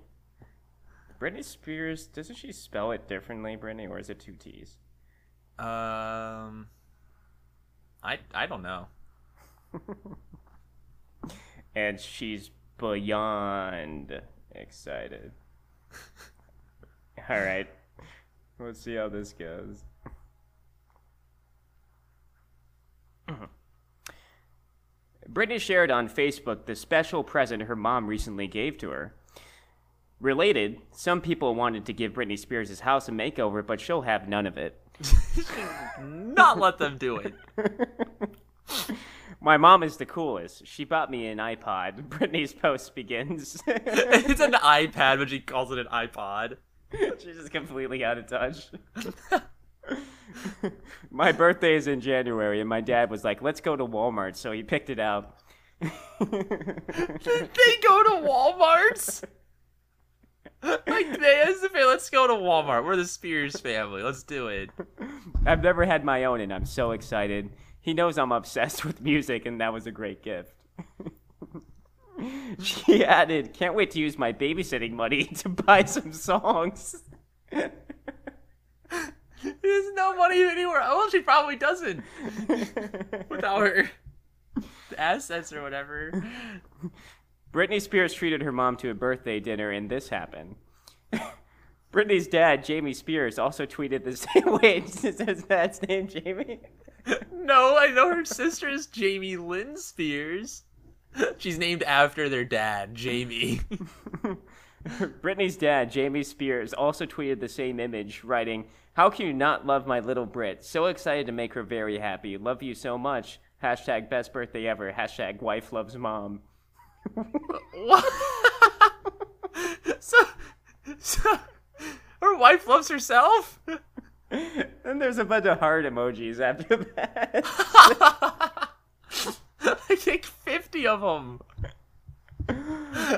Speaker 1: Britney Spears, doesn't she spell it differently, Brittany, or is it two T's?
Speaker 2: um, I I don't know.
Speaker 1: And she's beyond excited. All right. Let's see how this goes. Brittany shared on Facebook the special present her mom recently gave to her. Related, some people wanted to give Britney Spears' house a makeover, but she'll have none of it.
Speaker 2: Not let them do it.
Speaker 1: My mom is the coolest. She bought me an iPod. Britney's post begins.
Speaker 2: it's an iPad, but she calls it an iPod.
Speaker 1: She's just completely out of touch. my birthday is in January, and my dad was like, let's go to Walmart, so he picked it out.
Speaker 2: they go to Walmart's. like they as the family, let's go to Walmart. We're the Spears family. Let's do it.
Speaker 1: I've never had my own, and I'm so excited. He knows I'm obsessed with music, and that was a great gift. she added, Can't wait to use my babysitting money to buy some songs.
Speaker 2: There's no money anywhere. Oh, Well, she probably doesn't without her assets or whatever.
Speaker 1: Britney Spears treated her mom to a birthday dinner, and this happened. Britney's dad, Jamie Spears, also tweeted the same. Wait, is his dad's name Jamie?
Speaker 2: No, I know her sister is Jamie Lynn Spears. She's named after their dad, Jamie.
Speaker 1: Britney's dad, Jamie Spears, also tweeted the same image, writing, How can you not love my little Brit? So excited to make her very happy. Love you so much. Hashtag best birthday ever. Hashtag wife loves mom.
Speaker 2: What? so, so, her wife loves herself.
Speaker 1: Then there's a bunch of heart emojis after that.
Speaker 2: I think fifty of them.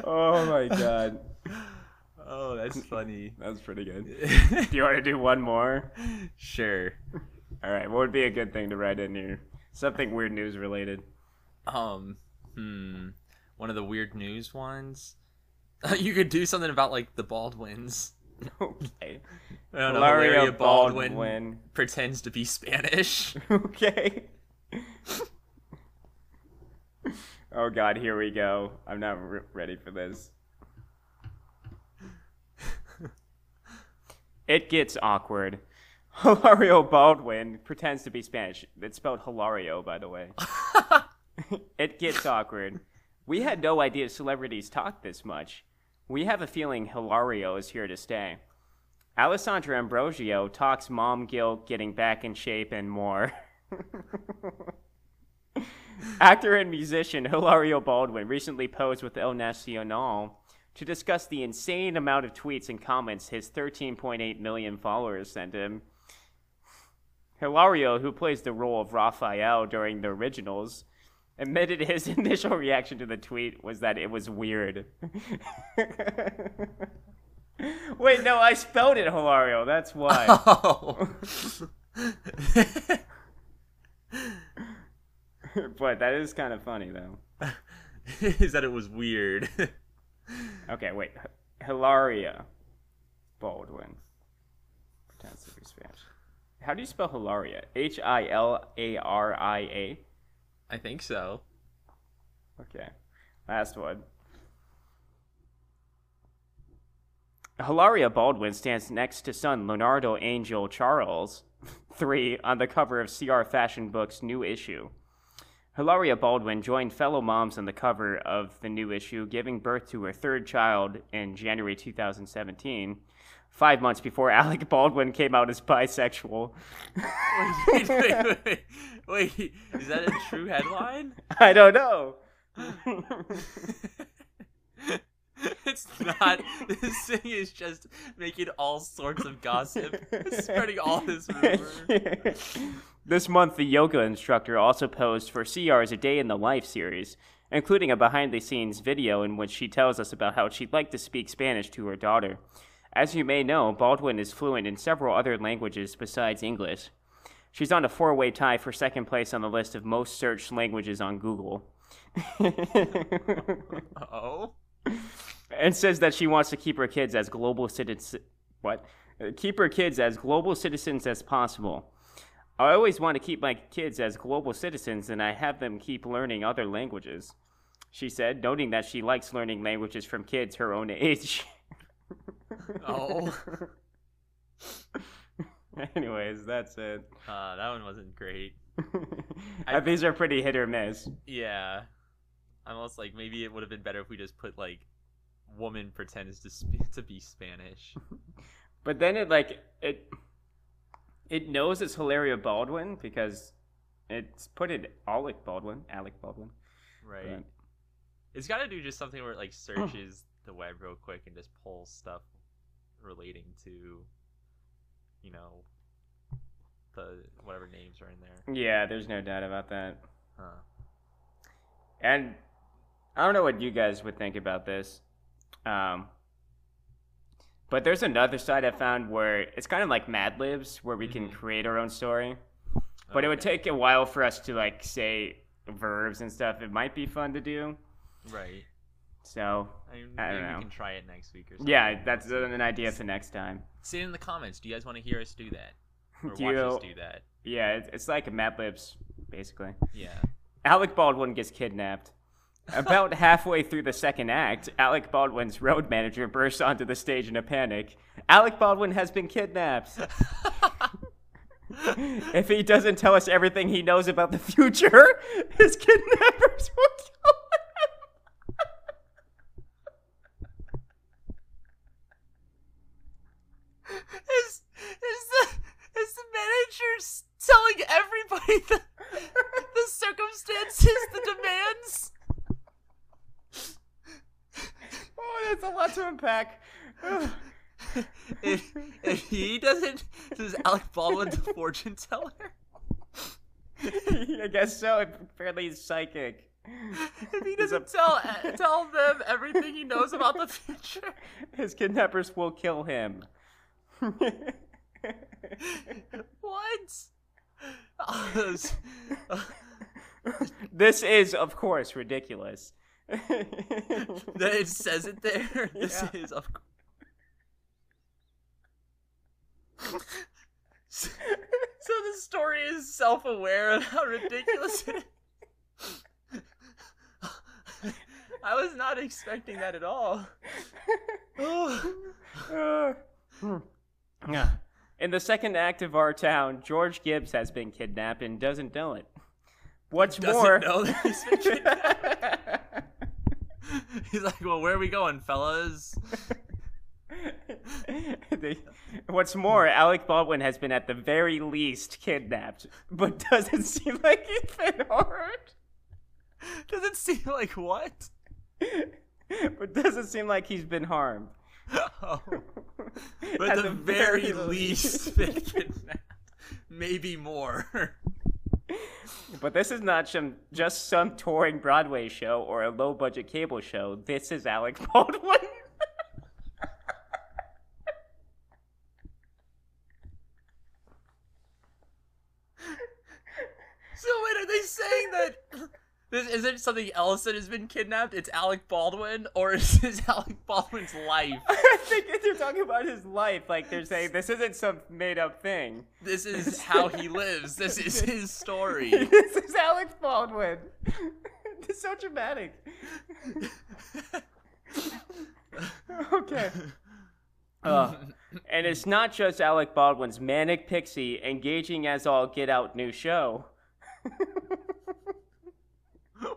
Speaker 1: oh my god.
Speaker 2: Oh, that's funny.
Speaker 1: That's pretty good. Do you want to do one more?
Speaker 2: sure.
Speaker 1: All right, what would be a good thing to write in here? Something weird news related.
Speaker 2: Um, hmm. One of the weird news ones. you could do something about like the Baldwins.
Speaker 1: Okay.
Speaker 2: I don't know,
Speaker 1: Hilaria
Speaker 2: Hilaria Baldwin,
Speaker 1: Baldwin.
Speaker 2: pretends to be Spanish.
Speaker 1: Okay. oh god, here we go. I'm not re- ready for this. it gets awkward. Hilario Baldwin pretends to be Spanish. It's spelled Hilario, by the way. it gets awkward. We had no idea celebrities talk this much. We have a feeling Hilario is here to stay. Alessandra Ambrosio talks mom guilt, getting back in shape, and more. Actor and musician Hilario Baldwin recently posed with El Nacional to discuss the insane amount of tweets and comments his 13.8 million followers sent him. Hilario, who plays the role of Raphael during the originals, admitted his initial reaction to the tweet was that it was weird. Wait, no, I spelled it Hilario. That's why.
Speaker 2: Oh.
Speaker 1: but that is kind of funny, though.
Speaker 2: Is that it was weird.
Speaker 1: Okay, wait. H- Hilaria Baldwin. Pretends to be Spanish. How do you spell Hilaria? H I L A R I A.
Speaker 2: I think so.
Speaker 1: Okay. Last one. Hilaria Baldwin stands next to son Leonardo Angel Charles III on the cover of CR Fashion Book's new issue. Hilaria Baldwin joined fellow moms on the cover of the new issue, giving birth to her third child in January 2017, five months before Alec Baldwin came out as bisexual.
Speaker 2: Wait, wait, wait, wait. Is that a true headline?
Speaker 1: I don't know.
Speaker 2: It's not. This thing is just making all sorts of gossip, spreading all this rumor.
Speaker 1: this month, the yoga instructor also posed for CR's A Day in the Life series, including a behind the scenes video in which she tells us about how she'd like to speak Spanish to her daughter. As you may know, Baldwin is fluent in several other languages besides English. She's on a four way tie for second place on the list of most searched languages on Google.
Speaker 2: Oh,
Speaker 1: and says that she wants to keep her kids as global citizens. What? Uh, Keep her kids as global citizens as possible. I always want to keep my kids as global citizens, and I have them keep learning other languages. She said, noting that she likes learning languages from kids her own age.
Speaker 2: oh.
Speaker 1: Anyways, that's it.
Speaker 5: Uh, that one wasn't great.
Speaker 1: Uh, These are pretty hit or miss.
Speaker 5: Yeah. I'm almost like maybe it would have been better if we just put like woman pretends to sp- to be Spanish.
Speaker 1: But then it like it it knows it's Hilaria Baldwin because it's put it Alec Baldwin, Alec Baldwin.
Speaker 5: Right.
Speaker 1: Right.
Speaker 5: It's got to do just something where it like searches the web real quick and just pulls stuff relating to you know the whatever names are in there.
Speaker 1: Yeah, there's no doubt about that.
Speaker 5: Huh.
Speaker 1: And I don't know what you guys would think about this. Um, but there's another side I found where it's kind of like Mad Libs, where we can
Speaker 5: Mhm.
Speaker 1: create our own story. But it would
Speaker 5: Okay.
Speaker 1: take a while for us to like say verbs and stuff. It might be fun to do.
Speaker 5: Right.
Speaker 1: So
Speaker 5: I, mean,
Speaker 1: I don't
Speaker 5: maybe
Speaker 1: know.
Speaker 5: we can try it next week or something.
Speaker 1: yeah, that's an idea for next time.
Speaker 5: Say it in the comments. Do you guys want to hear us do that or watch
Speaker 1: Do
Speaker 5: us
Speaker 1: you-
Speaker 5: do that?
Speaker 1: Yeah, it- it's like a Mad Libs, basically.
Speaker 5: Yeah.
Speaker 1: Alec Baldwin gets kidnapped. About halfway through the second act, Alec Baldwin's road manager bursts onto the stage in a panic. Alec Baldwin has been kidnapped. if he doesn't tell us everything he knows about the future, his kidnappers will kill him.
Speaker 2: Is is the is the manager s- telling everybody the the circumstances, the demands?
Speaker 1: Oh, that's a lot to unpack.
Speaker 2: If, if he doesn't, does Alec Baldwin the fortune teller?
Speaker 1: I guess so. Apparently, he's psychic.
Speaker 2: If he
Speaker 1: Is that-
Speaker 2: doesn't tell tell them everything he knows about the future,
Speaker 1: His kidnappers will kill him.
Speaker 2: what? Oh, those-
Speaker 1: this is, of course, ridiculous.
Speaker 2: that it says it there. This
Speaker 1: Yeah.
Speaker 2: is of. so so the story is self-aware of how ridiculous it is. I was not expecting that at all. Oh,
Speaker 1: In the second act of Our Town, George Gibbs has been kidnapped and doesn't know it. What's
Speaker 2: doesn't
Speaker 1: more,
Speaker 2: know that he's been kidnapped. He's like, well, where are we going, fellas?
Speaker 1: They- what's more, Alec Baldwin has been at the very least kidnapped, but doesn't seem like he's been harmed.
Speaker 2: Does it seem like what?
Speaker 1: but doesn't seem like he's been harmed.
Speaker 2: Oh.
Speaker 1: But
Speaker 2: But the, very, least been kidnapped. Maybe more.
Speaker 1: But this is not some just some touring Broadway show or a low budget cable show. This is Alec Baldwin.
Speaker 2: so wait, are they saying that this isn't something else that has been kidnapped? It's Alec Baldwin, or is this Alec Baldwin's life?
Speaker 1: I think if they're talking about his life, like they're saying this isn't some made up thing.
Speaker 2: This is how he lives. This is his story.
Speaker 1: this is Alec Baldwin. it's so dramatic. okay.
Speaker 2: Uh.
Speaker 1: Ugh. and it's not just Alec Baldwin's manic pixie engaging as all get out new show.
Speaker 2: what?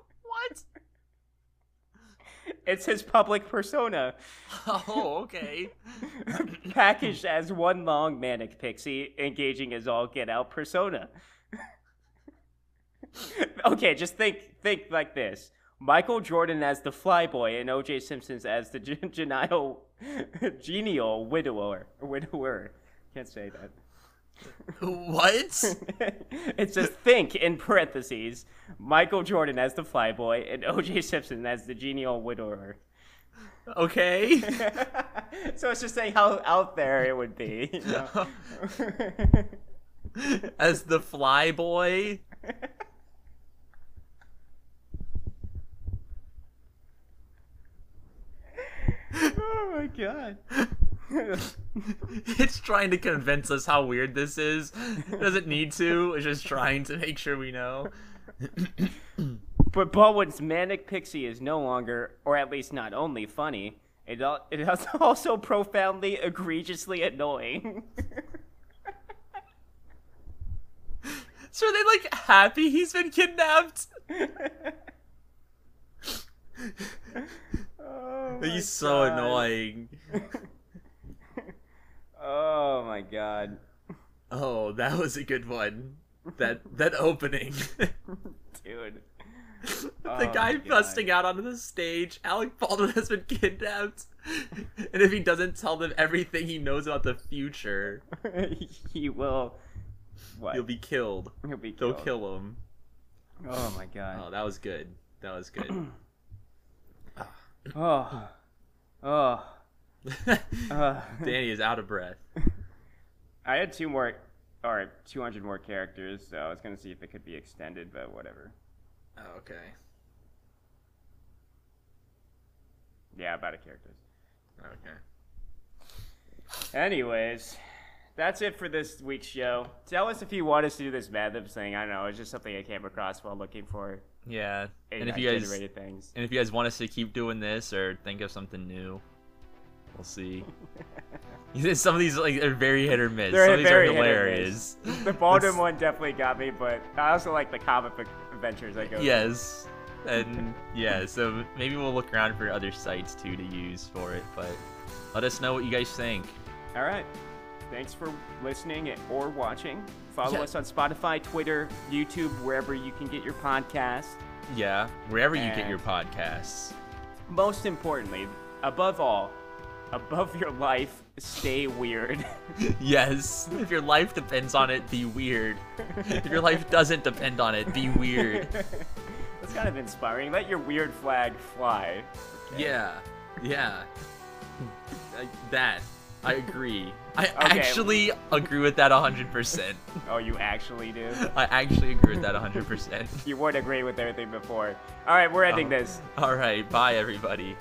Speaker 1: It's his public persona,
Speaker 2: Oh, okay.
Speaker 1: packaged as one long manic pixie engaging as all get out persona. okay, just think think like this. Michael Jordan as the flyboy and O.J. Simpson as the gen- genial, genial widower. Widower. Can't say that.
Speaker 3: What?
Speaker 1: it says think in parentheses Michael Jordan as the flyboy and O.J. Simpson as the genial widower.
Speaker 3: okay.
Speaker 1: so it's just saying how out there it would be. you know?
Speaker 3: As the fly boy.
Speaker 1: oh my god.
Speaker 3: It's trying to convince us how weird this is. It doesn't need to. It's just trying to make sure we know.
Speaker 1: but Baldwin's manic pixie is no longer, or at least not only funny, it al- it is also profoundly, egregiously annoying.
Speaker 3: So are they like happy he's been kidnapped?
Speaker 1: oh my
Speaker 2: He's so
Speaker 1: God.
Speaker 2: annoying.
Speaker 1: Oh my god.
Speaker 3: Oh, that was a good one. That that opening.
Speaker 1: Dude. Oh
Speaker 3: the guy busting out onto the stage. Alec Baldwin has been kidnapped. And if he doesn't tell them everything he knows about the future,
Speaker 1: he will. What?
Speaker 3: he'll be killed.
Speaker 1: He'll be
Speaker 3: They'll
Speaker 1: killed.
Speaker 3: kill him.
Speaker 1: Oh my god.
Speaker 2: Um,
Speaker 3: Oh, that was good. That was good.
Speaker 1: Oh. Oh. Uh.
Speaker 3: Danny is out of breath.
Speaker 1: I had two more, or 200 more characters, so I was gonna see if it could be extended, but whatever. oh,
Speaker 3: okay.
Speaker 1: Yeah, about a characters.
Speaker 3: Okay.
Speaker 1: Anyways, that's it for this week's show. Tell us if you want us to do this Mad Libs thing. I don't know. It's just something I came across while looking for
Speaker 2: Yeah. And if you guys
Speaker 1: AI-generated things.
Speaker 2: and if you guys want us to keep doing this or think of something new, we'll see. Some of these like are very hit or miss.
Speaker 1: They're
Speaker 2: Some of these are
Speaker 1: very hit or
Speaker 2: hilarious.
Speaker 1: The Baldwin one definitely got me, but I also like the comic book adventures I go.
Speaker 2: Yes. And yeah, so maybe we'll look around for other sites too to use for it, but let us know what you guys think.
Speaker 1: All right. Thanks for listening or watching. Follow
Speaker 3: Yeah.
Speaker 1: us on Spotify, Twitter, YouTube, wherever you can get your podcast.
Speaker 2: Yeah, wherever you get
Speaker 1: And-
Speaker 2: your podcasts.
Speaker 1: Most importantly, above all, above your life, stay weird.
Speaker 2: Yes. If your life depends on it, be weird. If your life doesn't depend on it, be weird.
Speaker 1: That's kind of inspiring. Let your weird flag fly.
Speaker 2: Yeah. Yeah. I, that. I agree. I
Speaker 1: Okay.
Speaker 2: actually agree with that 100%.
Speaker 1: Oh, you actually do?
Speaker 2: I actually agree with that 100%.
Speaker 1: You would agree with everything before. All right, we're ending
Speaker 2: Oh.
Speaker 1: this.
Speaker 2: All right. Bye, everybody.